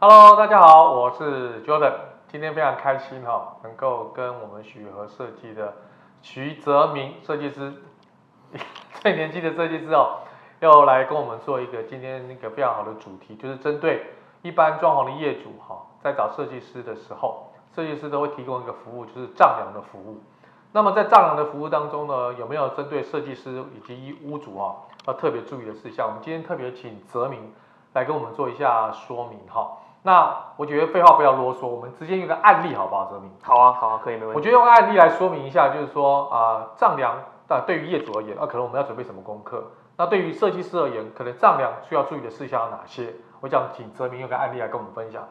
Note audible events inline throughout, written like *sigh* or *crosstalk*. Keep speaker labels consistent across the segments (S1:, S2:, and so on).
S1: Hello，大家好，我是 Jordan，今天非常开心哈、哦，能够跟我们许和设计的徐泽明设计师， *laughs* 最年轻的设计师哦，要来跟我们做一个今天一个非常好的主题，就是针对一般装潢的业主哈、在找设计师的时候，设计师都会提供一个服务，就是丈量的服务。那么在丈量的服务当中呢，有没有针对设计师以及屋主啊，要特别注意的事项？我们今天特别请泽明来跟我们做一下说明哈。那我觉得废话不要啰嗦，我们直接用个案例好不好，泽明？
S2: 好啊，好啊，可以，没问
S1: 我
S2: 题。
S1: 觉得用案例来说明一下，就是说啊、丈量啊、对于业主而言，啊，可能我们要准备什么功课？那对于设计师而言，可能丈量需要注意的事项有哪些？我想请泽明用个案例来跟我们分享。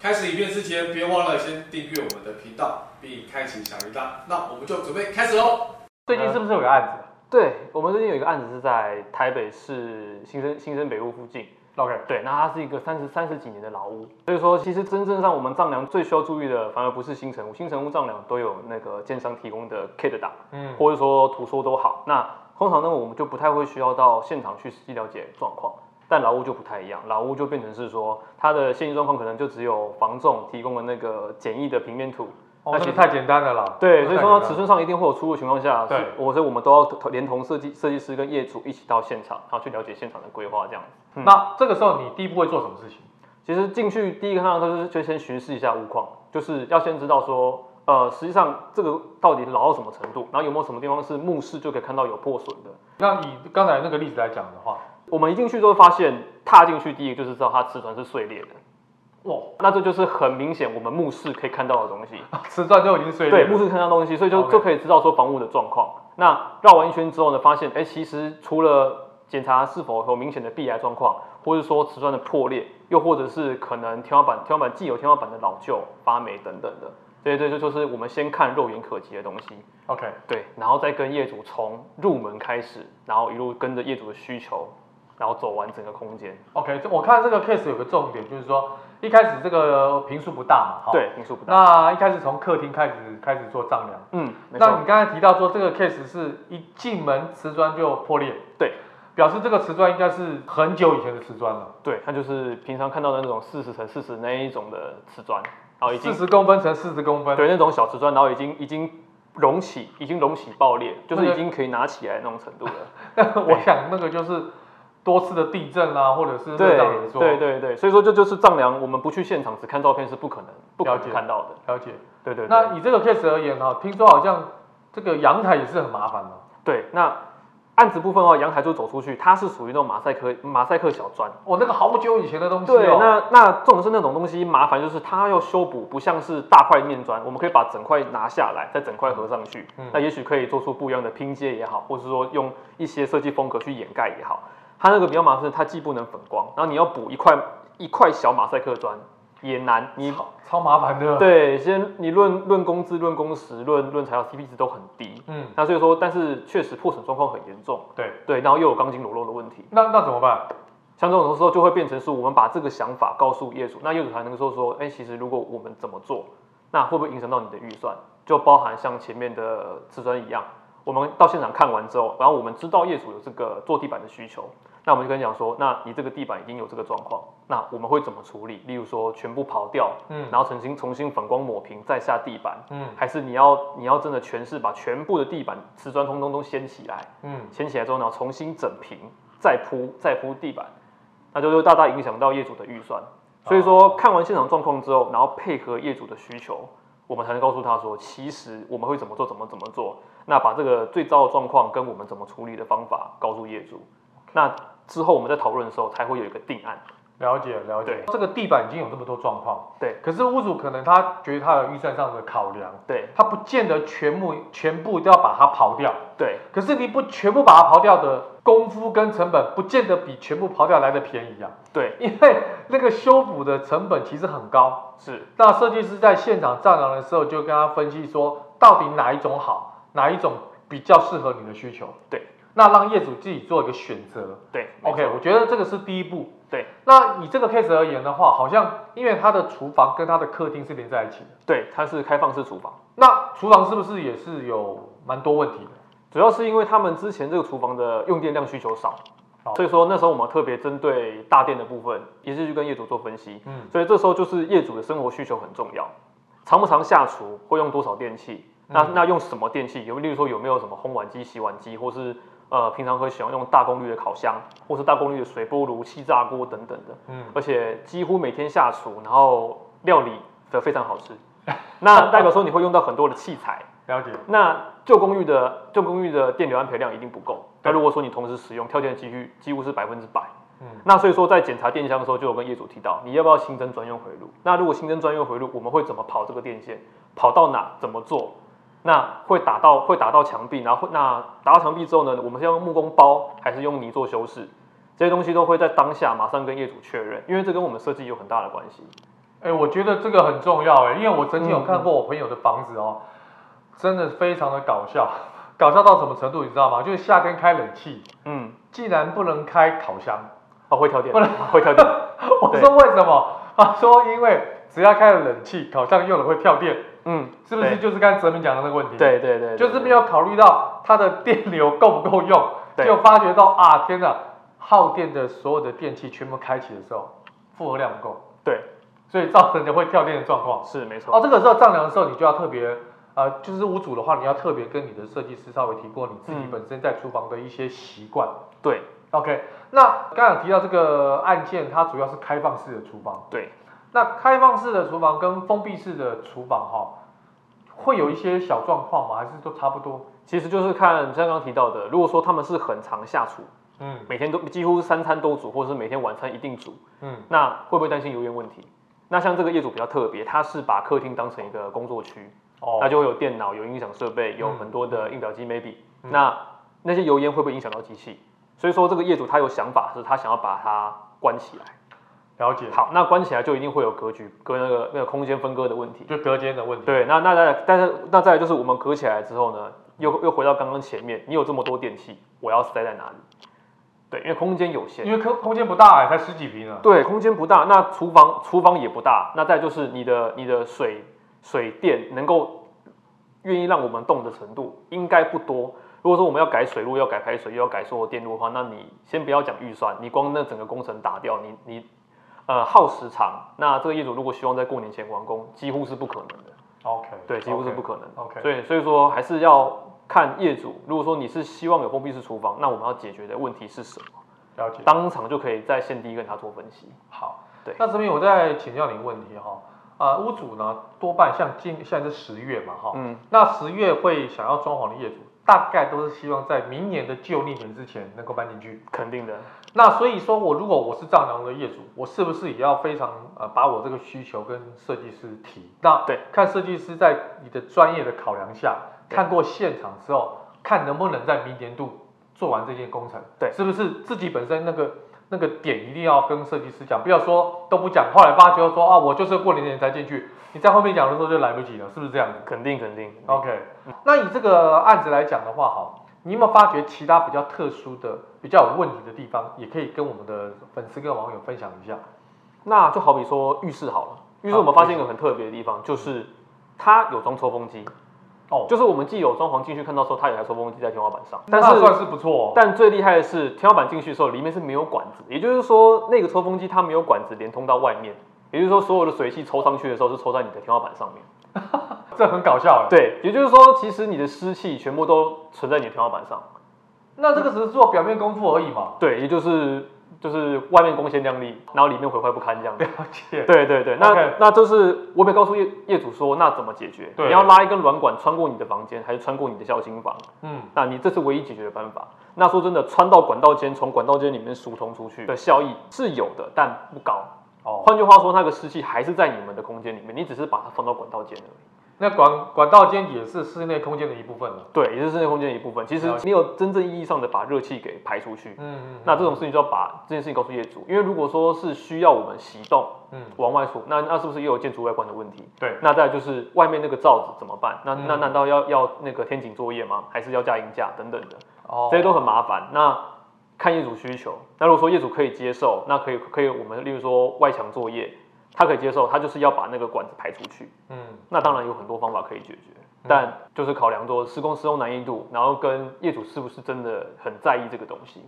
S3: 开始影片之前，别忘了先订阅我们的频道，并开启小铃铛。那我们就准备开始喽。
S1: 最近是不是有个案子
S2: 对我们最近有一个案子是在台北市新生新生北路附近，
S1: ？OK，
S2: 对，那它是一个三十三十几年的老屋，所以说其实真正让我们丈量最需要注意的，反而不是新城屋，新城屋丈量都有那个建商提供的 KID 档，
S1: 嗯，
S2: 或者说图说都好，那通常呢我们就不太会需要到现场去实际了解状况。但老屋就不太一样，老屋就变成是说，它的现实状况可能就只有房仲提供的那个简易的平面图，
S1: 哦，那个太简单了啦。
S2: 对，所以说
S1: 那太简单了
S2: 尺寸上一定会有出入情况下，
S1: 对
S2: 是我所以我们都要连同设计设计师跟业主一起到现场，然后去了解现场的规划这样子。嗯
S1: 那这个时候你第一步会做什么事情？
S2: 其实进去第一个看到就是就先巡视一下屋况，就是要先知道说，呃，实际上这个到底老到什么程度，然后有没有什么地方是目视就可以看到有破损的。
S1: 那以刚才那个例子来讲的话， *laughs*
S2: 我们一进去就会发现，踏进去第一个就是知道它瓷砖是碎裂的，
S1: 哇，
S2: 那这就是很明显我们目视可以看到的东西。
S1: 瓷砖都已经碎裂
S2: 对，
S1: 了。
S2: 目视看到东西，所以就
S1: OK
S2: 就可以知道说房屋的状况。那绕完一圈之后呢，发现哎、诶其实除了检查是否有明显的壁癌状况，或者说瓷砖的破裂，又或者是可能天花板天花板既有天花板的老旧、发霉等等的。对对，这就是我们先看肉眼可及的东西，
S1: OK，
S2: 对，然后再跟业主从入门开始，然后一路跟着业主的需求，然后走完整个空间。
S1: OK，这我看这个 case 有个重点，就是说一开始这个平数不大嘛，哈。。
S2: 对，因素不大。
S1: 那一开始从客厅开始开始做丈量。
S2: 嗯，没
S1: 那
S2: 错，
S1: 你刚才提到说这个 case 是一进门瓷砖就破裂，
S2: 对，
S1: 表示这个瓷砖应该是很久以前的瓷砖了，
S2: 对，它就是平常看到的那种四十乘四十那一种的瓷砖，然后哦已经
S1: 四十公分乘四十公分，
S2: 对，那种小瓷砖，然后已经已经隆起，已经隆起爆裂，就是
S1: 那
S2: 已
S1: 个
S2: 经可以拿起来那种程
S1: *laughs*
S2: 度了。
S1: *laughs* 那我想那个就是多次的地震啦、或者是热胀冷缩，
S2: 对对对，所以说这就是丈量，我们不去现场只看照片是不可能不可
S1: 了
S2: 能
S1: 解
S2: 看到的。
S1: 了解。
S2: 对对对，
S1: 那以这个 case 而言哈，听说好像这个阳台也是很麻烦的，
S2: 对那案子部分的话，阳台就走出去，它是属于那种马赛克马赛克小砖。
S1: 我、哦那个好久以前的东西
S2: 对，
S1: 哦，
S2: 那那重点是那种东西麻烦，就是它要修补，不像是大块面砖，我们可以把整块拿下来，再整块合上去。
S1: 嗯
S2: 那也许可以做出不一样的拼接也好，或是说用一些设计风格去掩盖也好。它那个比较麻烦，它既不能粉光，然后你要补一块一块小马赛克砖也难。你
S1: 超超麻烦的，，
S2: 对，先你论论工资、论工时、论论材料 CP 值都很低。
S1: 嗯，
S2: 那所以说，但是确实破损状况很严重，
S1: 对，
S2: 对，然后又有钢筋裸露的问题。
S1: 那那怎么办？
S2: 像这种时候就会变成是我们把这个想法告诉业主，那业主才能够说，哎、其实如果我们怎么做，那会不会影响到你的预算？就包含像前面的瓷砖一样，我们到现场看完之后，然后我们知道业主有这个做地板的需求，那我们就跟你讲说，那你这个地板已经有这个状况，那我们会怎么处理？例如说全部刨掉，
S1: 嗯
S2: 然后重新重新粉光抹平再下地板，
S1: 嗯
S2: 还是你要你要真的全是把全部的地板瓷砖通通都掀起来，
S1: 嗯，
S2: 掀起来之后，然后重新整平，再铺再铺地板，那就会大大影响到业主的预算。所以说，看完现场状况之后，然后配合业主的需求，我们才能告诉他说，其实我们会怎么做，怎么怎么做。那把这个最糟的状况跟我们怎么处理的方法告诉业主。那之后我们在讨论的时候，才会有一个定案。
S1: 了解了解
S2: 对。
S1: 这个地板已经有这么多状况，
S2: 对
S1: 可是屋主可能他觉得他有预算上的考量，
S2: 对
S1: 他不见得全部全部都要把它刨掉。
S2: 对，
S1: 可是你不全部把它刨掉的功夫跟成本，不见得比全部刨掉来的便宜啊，
S2: 对，
S1: 因为那个修补的成本其实很高。
S2: 是，
S1: 那设计师在现场丈量的时候，就跟他分析说，到底哪一种好，哪一种比较适合你的需求。
S2: 对，
S1: 那让业主自己做一个选择。
S2: 对
S1: OK，我觉得这个是第一步。
S2: 对
S1: 那以这个 case 而言的话，好像因为他的厨房跟他的客厅是连在一起的，
S2: 对，它是开放式厨房。
S1: 那厨房是不是也是有蛮多问题的？
S2: 主要是因为他们之前这个厨房的用电量需求少，
S1: 好
S2: 所以说那时候我们特别针对大店的部分，也是去跟业主做分析。
S1: 嗯，
S2: 所以这时候就是业主的生活需求很重要，常不常下厨，会用多少电器，那
S1: 嗯
S2: 那用什么电器？有例如说有没有什么烘碗机、洗碗机，或是呃平常会喜欢用大功率的烤箱，或是大功率的水波炉、气炸锅等等的。
S1: 嗯，
S2: 而且几乎每天下厨，然后料理的非常好
S1: *laughs*
S2: 吃，那代表说你会用到很多的器材。
S1: 了解，
S2: 那旧公寓的旧公寓的电流安培量一定不够。
S1: 对
S2: 那如果说你同时使用，跳电几率几乎是百分之百。
S1: 嗯
S2: 那所以说在检查电箱的时候，就有跟业主提到，你要不要新增专用回路？那如果新增专用回路，我们会怎么跑这个电线？跑到哪？怎么做？那会打到会打到墙壁，然后那打到墙壁之后呢，我们是要用木工包还是用泥做修饰？这些东西都会在当下马上跟业主确认，因为这跟我们设计有很大的关系。
S1: 哎、我觉得这个很重要哎、因为我曾经有
S2: 嗯
S1: 看过我朋友的房子哦，真的非常的搞笑，搞笑到什么程度你知道吗？就是夏天开冷气，
S2: 嗯，
S1: 竟然不能开烤箱。
S2: 哦，会跳电
S1: 不能，
S2: 会
S1: *laughs*
S2: 跳电。
S1: 我
S2: 对
S1: 说为什么？他说因为只要开了冷气，烤箱用了会跳电，
S2: 嗯，
S1: 是不是？就是刚才泽明讲的那个问题？，
S2: 对？对对对对，
S1: 就是没有考虑到它的电流够不够用，
S2: 对
S1: 就发觉到啊，天哪，耗电的所有的电器全部开启的时候，负荷量不够，
S2: 对，
S1: 所以造成的会跳电的状况。
S2: 是没错。
S1: 哦，这个时候丈量的时候，你就要特别，呃，就是屋主的话，你要特别跟你的设计师稍微提过你自己
S2: 嗯
S1: 本身在厨房的一些习惯。
S2: 对
S1: OK，那刚刚有提到这个案件，它主要是开放式的厨房。
S2: 对，
S1: 那开放式的厨房跟封闭式的厨房哈、会有一些小状况吗？还是都差不多？
S2: 其实就是看像刚刚提到的，如果说他们是很常下厨，
S1: 嗯
S2: 每天都几乎三餐都煮，或者是每天晚餐一定煮，
S1: 嗯
S2: 那会不会担心油烟问题？那像这个业主比较特别，他是把客厅当成一个工作区，那
S1: 哦，
S2: 就会有电脑、有音响设备、有
S1: 嗯
S2: 很多的印表机，maybe、
S1: 嗯
S2: 那那些油烟会不会影响到机器？所以说这个业主他有想法，是他想要把它关起来。
S1: 了解，
S2: 好，那关起来就一定会有格局跟那个那个空间分割的问题。
S1: 就隔间的问题。
S2: 对，那那再来但是那再来就是我们隔起来之后呢，又又回到刚刚前面，你有这么多电器，我要塞在哪里？对，因为空间有限
S1: 因，为空空间不大、欸，才十几平啊。
S2: 对，空间不大，那厨房厨房也不大，那再就是你的你的水水电能够愿意让我们动的程度应该不多。如果说我们要改水路、要改排水、又要改所有电路的话，那你先不要讲预算，你光那整个工程打掉，你你呃耗时长，那这个业主如果希望在过年前完工，几乎是不可能的。
S1: OK，
S2: 对，几乎是不可能的。
S1: OK，
S2: 所以所以说还是要看业主，如果说你是希望有封闭式厨房，那我们要解决的问题是什么？
S1: 了解。
S2: 当场就可以在现地跟他做分析。
S1: 好，
S2: 对
S1: 那这边我再请教你一个问题哈、啊、屋主呢多半像今现在是十月嘛哈、
S2: 嗯，
S1: 那十月会想要装潢的业主，大概都是希望在明年的旧历年之前能够搬进去。
S2: 肯定的，
S1: 那所以说我如果我是丈量的业主，我是不是也要非常呃把我这个需求跟设计师提？那
S2: 对，
S1: 看设计师在你的专业的考量下，
S2: 对
S1: 看过现场之后，看能不能在明年度做完这件工程。
S2: 对
S1: 是不是自己本身那个那个点一定要跟设计师讲，不要说都不讲，后来发觉说啊，我就是过年前才进去，你在后面讲的时候就来不及了，是不是这样子？
S2: 肯定肯定。哦肯定
S1: OK，那以这个案子来讲的话，哈，你有没有发觉其他比较特殊的、比较有问题的地方，也可以跟我们的粉丝跟网友分享一下？
S2: 那就好比说浴室好了，浴室我们发现一个很特别的地方，就是它有装抽风机，
S1: 哦，
S2: 就是我们既有装潢进去看到说它有台抽风机在天花板上，但
S1: 那
S2: 是
S1: 算是不错、哦。
S2: 但最厉害的是，天花板进去的时候，里面是没有管子，也就是说，那个抽风机它没有管子连通到外面，也就是说，所有的水汽抽上去的时候是抽在你的天花板上面。
S1: 这很搞笑哎。，
S2: 对，也就是说，其实你的湿气全部都存在你的天花板上。
S1: 那这个只是做表面功夫而已嘛。
S2: 对，也就是就是外面光鲜亮丽，然后里面毁坏不堪这样子。
S1: *laughs* 了解。
S2: 对对对，那
S1: OK
S2: 那就是我没告诉业业主说，那怎么解决？
S1: 对
S2: 你要拉一根软管穿过你的房间，还是穿过你的孝心房？
S1: 嗯，
S2: 那你这是唯一解决的办法。那说真的，穿到管道间，从管道间里面疏通出去的效益是有的，但不高。
S1: 哦，
S2: 换句话说，那个湿气还是在你们的空间里面，你只是把它放到管道间而已。
S1: 那管管道间也是室内空间的一部分了。
S2: 对，也就是室内空间的一部分。其实
S1: 了解
S2: 没有真正意义上的把热气给排出去。
S1: 嗯嗯。
S2: 那这种事情就要把这件事情告诉业主，因为如果说是需要我们移动
S1: 嗯，
S2: 往外出，那那是不是又有建筑外观的问题？
S1: 对，
S2: 那再来就是外面那个罩子怎么办？那那
S1: 嗯
S2: 难道要要那个天井作业吗？还是要加银架等等的？
S1: 哦，
S2: 这些都很麻烦。那看业主需求，那如果说业主可以接受，那可以可以我们例如说外墙作业，他可以接受，他就是要把那个管子排出去。
S1: 嗯，
S2: 那当然有很多方法可以解决，但就是考量说施工施工难易度，然后跟业主是不是真的很在意这个东西。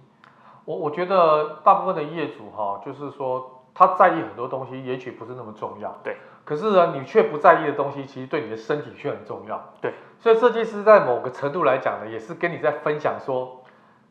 S1: 我我觉得大部分的业主哈、就是说他在意很多东西，也许不是那么重要。
S2: 对。
S1: 可是呢，你却不在意的东西，其实对你的身体却很重要。
S2: 对。
S1: 所以设计师在某个程度来讲呢，也是跟你在分享说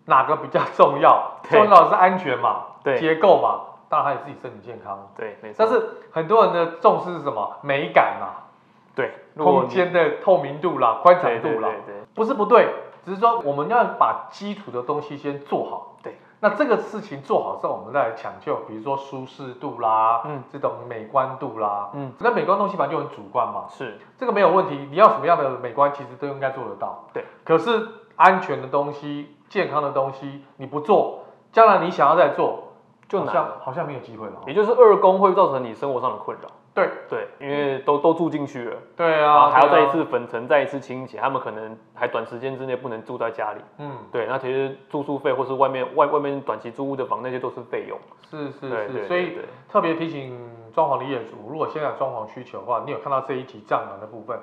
S1: 哪个比较重要，
S2: 对
S1: 重要的是安全嘛，
S2: 对
S1: 结构嘛，当然还有自己身体健康。
S2: 对，没错。
S1: 但是很多人的重视是什么？美感嘛，
S2: 对，如果
S1: 空
S2: 你
S1: 间的透明度啦，观
S2: 对
S1: 赏
S2: 对
S1: 度啦
S2: 对，对，
S1: 不是不对，只是说我们要把基础的东西先做好。
S2: 对，
S1: 那这个事情做好之后，我们再来抢救，比如说舒适度啦，
S2: 嗯，
S1: 这种美观度啦，
S2: 嗯，
S1: 那美观东西反正就很主观嘛，
S2: 是
S1: 这个没有问题，你要什么样的美观，其实都应该做得到。
S2: 对，
S1: 可是安全的东西、健康的东西，你不做，将来你想要再做，
S2: 就
S1: 好
S2: 难
S1: 像
S2: 了。
S1: 好像没有机会了哦。
S2: 也就是二宫会造成你生活上的困扰。嗯
S1: 对
S2: 对，因为都都住进去了，
S1: 对
S2: 然
S1: 啊，
S2: 哦后还要
S1: 对
S2: 再
S1: 啊
S2: 一，次粉尘，再一次清洁，他们可能还短时间之内不能住在家里。
S1: 嗯，
S2: 对，那其实住宿费或是外面外外面短期租屋的房那些都是费用。
S1: 是是
S2: 对对
S1: 是，所以
S2: 对对
S1: 特别提醒装潢的业主，如果现在有装潢需求的啊话，你有看到这一题障碍的部分，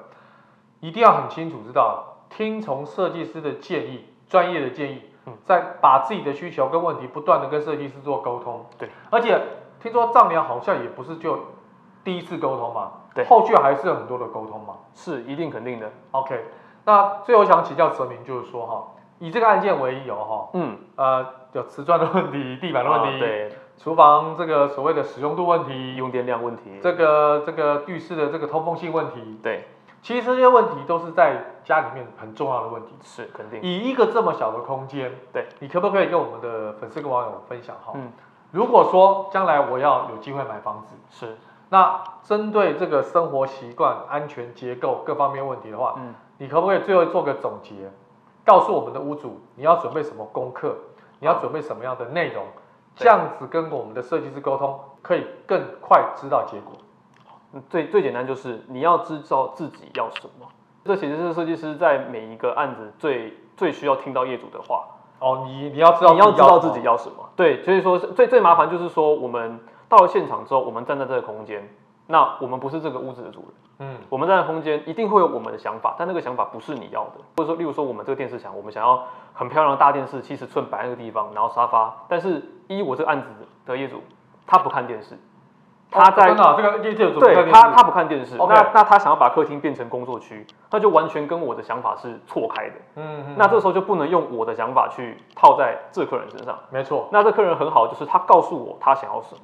S1: 一定要很清楚知道，听从设计师的建议，专业的建议
S2: 嗯，
S1: 再把自己的需求跟问题不断的跟设计师做沟通。
S2: 对，
S1: 而且听说丈量好像也不是就第一次沟通嘛，
S2: 对
S1: 后续还是有很多的沟通嘛。
S2: 是一定肯定的。
S1: OK，那最后想请教泽明，就是说哈，以这个案件为由哈，
S2: 嗯，
S1: 呃，有瓷砖的问题、地板的问
S2: 啊
S1: 题，
S2: 对，
S1: 厨房这个所谓的使用度问题，
S2: 用电量问题，
S1: 这个这个浴室的这个通风性问题，
S2: 对
S1: 其实这些问题都是在家里面很重要的问题。
S2: 是肯定。
S1: 以一个这么小的空间，
S2: 对
S1: 你可不可以跟我们的粉丝跟网友分享哈？
S2: 嗯，
S1: 如果说将来我要有机会买房子，
S2: 是，
S1: 那针对这个生活习惯、安全结构各方面问题的话，
S2: 嗯，
S1: 你可不可以最后做个总结，告诉我们的屋主你要准备什么功课，你要准备什么样的内容，
S2: 对
S1: 这样子跟我们的设计师沟通，可以更快知道结果。
S2: 嗯最最简单就是你要知道自己要什么。这其实是设计师在每一个案子最最需要听到业主的话。
S1: 哦，你你要知道
S2: 你要知道自
S1: 什
S2: 己
S1: 么
S2: 要什么。对，所以说是最最麻烦就是说，我们到了现场之后，我们站在这个空间，那我们不是这个屋子的主人，
S1: 嗯
S2: 我们站在空间一定会有我们的想法，但那个想法不是你要的。或者说，例如说我们这个电视墙，我们想要很漂亮的大电视，七十寸摆那个地方，然后沙发，但是依我这个案子的业主，他不看电视，他
S1: 哦
S2: 在
S1: 真的啊、这个业界有
S2: 对他，他不看电视。
S1: OK
S2: 那那他想要把客厅变成工作区，那就完全跟我的想法是错开的。
S1: 嗯嗯，
S2: 那这时候就不能用我的想法去套在这客人身上。
S1: 没错，
S2: 那这客人很好，就是他告诉我他想要什么。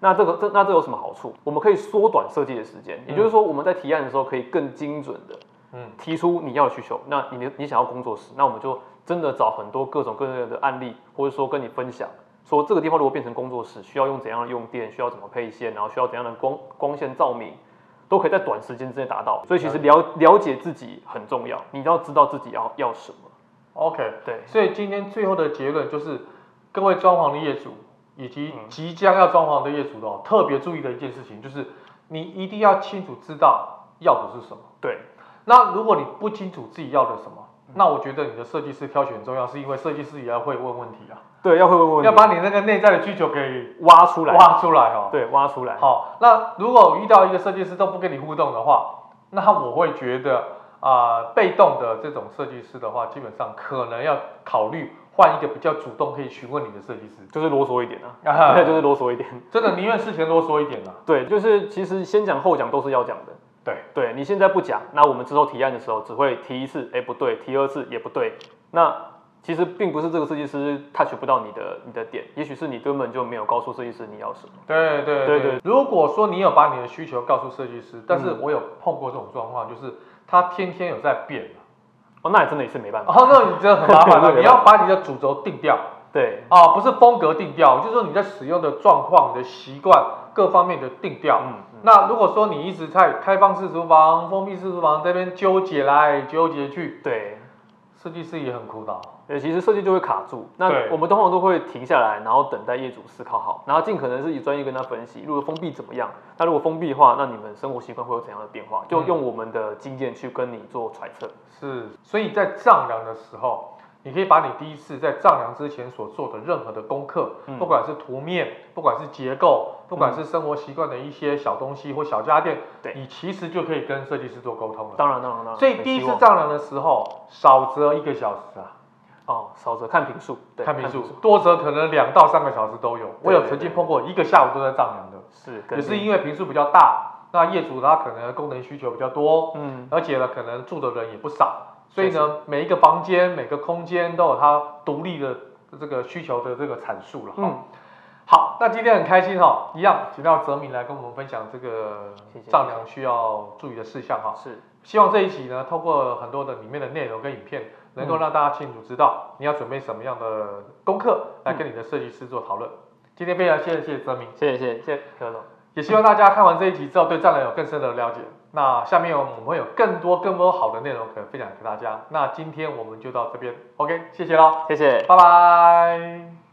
S2: 那这个这那这有什么好处？我们可以缩短设计的时间，也就是说我们在提案的时候可以更精准的
S1: 嗯
S2: 提出你要的需求。那你的你想要工作室，那我们就真的找很多各种各样的案例，或者说跟你分享，说这个地方如果变成工作室，需要用怎样的用电，需要怎么配线，然后需要怎样的光光线照明，都可以在短时间之内达到。所以其实了了解自己很重要，你要知道自己要要什么。
S1: ，OK。
S2: 对，
S1: 所以今天最后的结论就是，各位装潢的业主以及
S2: 嗯
S1: 即将要装潢的业主哦，特别注意的一件事情就是，你一定要清楚知道要的是什么。
S2: 对，
S1: 那如果你不清楚自己要的什么，
S2: 嗯
S1: 那我觉得你的设计师挑选很重要，是因为设计师也要会问问题啊，
S2: 对，要会问问题，
S1: 要把你那个内在的需求给
S2: 挖出来，
S1: 挖出来哦。
S2: 对，挖出来。
S1: 好，那如果我遇到一个设计师都不跟你互动的话，那我会觉得啊、被动的这种设计师的话，基本上可能要考虑换一个比较主动可以询问你的设计师。
S2: 就是啰嗦一点啊，
S1: 啊
S2: *laughs* 对，就是啰嗦一点。
S1: 真的宁愿事前啰嗦一点啦、
S2: 对，就是其实先讲后讲都是要讲的。
S1: 对，
S2: 对你现在不讲，那我们之后提案的时候只会提一次，哎，不对，提二次也不对。那其实并不是这个设计师 touch 不到你的你的点，也许是你根本就没有告诉设计师你要什么。
S1: 对对嗯
S2: 对对
S1: 如果说你有把你的需求告诉设计师，但是我有碰过这种状况，就是他天天有在变啊，
S2: 哦，那也真的也是没办法。
S1: 然后那你真的很麻 *laughs* 烦
S2: 对
S1: 了，
S2: 对
S1: 你要把你的主轴定掉。
S2: 对，
S1: 啊，不是风格定调，就是说你在使用的状况、你的习惯各方面的定调。
S2: 嗯嗯
S1: 那如果说你一直在开放式厨房、封闭式厨房这边纠结来纠结去，
S2: 对。
S1: 设计师也很苦恼。
S2: 呃，其实设计就会卡住。那
S1: 对
S2: 我们通常都会停下来，然后等待业主思考好，然后尽可能是以专业跟他分析，如果封闭怎么样？那如果封闭的话，那你们生活习惯会有怎样的变化？
S1: 嗯
S2: 就用我们的经验去跟你做揣测。
S1: 是，所以在丈量的时候，你可以把你第一次在丈量之前所做的任何的功课，
S2: 嗯
S1: 不管是图面，不管是结构，不管是生活习惯的一些小东西或小家电，
S2: 对
S1: 你其实就可以跟设计师做沟通了。
S2: 当然，当然，当然。
S1: 所以第一
S2: 很希
S1: 次
S2: 望
S1: 丈量的时候，少则一个小时啊，
S2: 哦，少则看评数，对，
S1: 看评数，多则可能两到三个小时都有。我有曾经碰过一个下午都在丈量的，
S2: 是，
S1: 也
S2: 肯
S1: 是
S2: 定
S1: 因为平数比较大，那业主他可能功能需求比较多，
S2: 嗯，
S1: 而且呢，可能住的人也不少，所以
S2: 确
S1: 呢，每一个房间、每个空间都有它独立的这个需求的这个阐述了。嗯，
S2: 嗯，
S1: 好，那今天很开心哈、一样请到泽明来跟我们分享这个
S2: 谢谢
S1: 丈量需要注意的事项哈、
S2: 是，
S1: 希望这一集呢，透过很多的里面的内容跟影片，能够让大家清楚知
S2: 嗯
S1: 道你要准备什么样的功课来跟你的设计师做讨
S2: 嗯
S1: 论。今天非常谢谢泽明。
S2: 谢谢，谢谢柯总，
S1: 也希望大家看完这一集之后，对战狼有更深的了解。那下面我们会有更多更多好的内容可以分享给大家。那今天我们就到这边，OK，谢谢喽，
S2: 谢谢。
S1: 拜拜。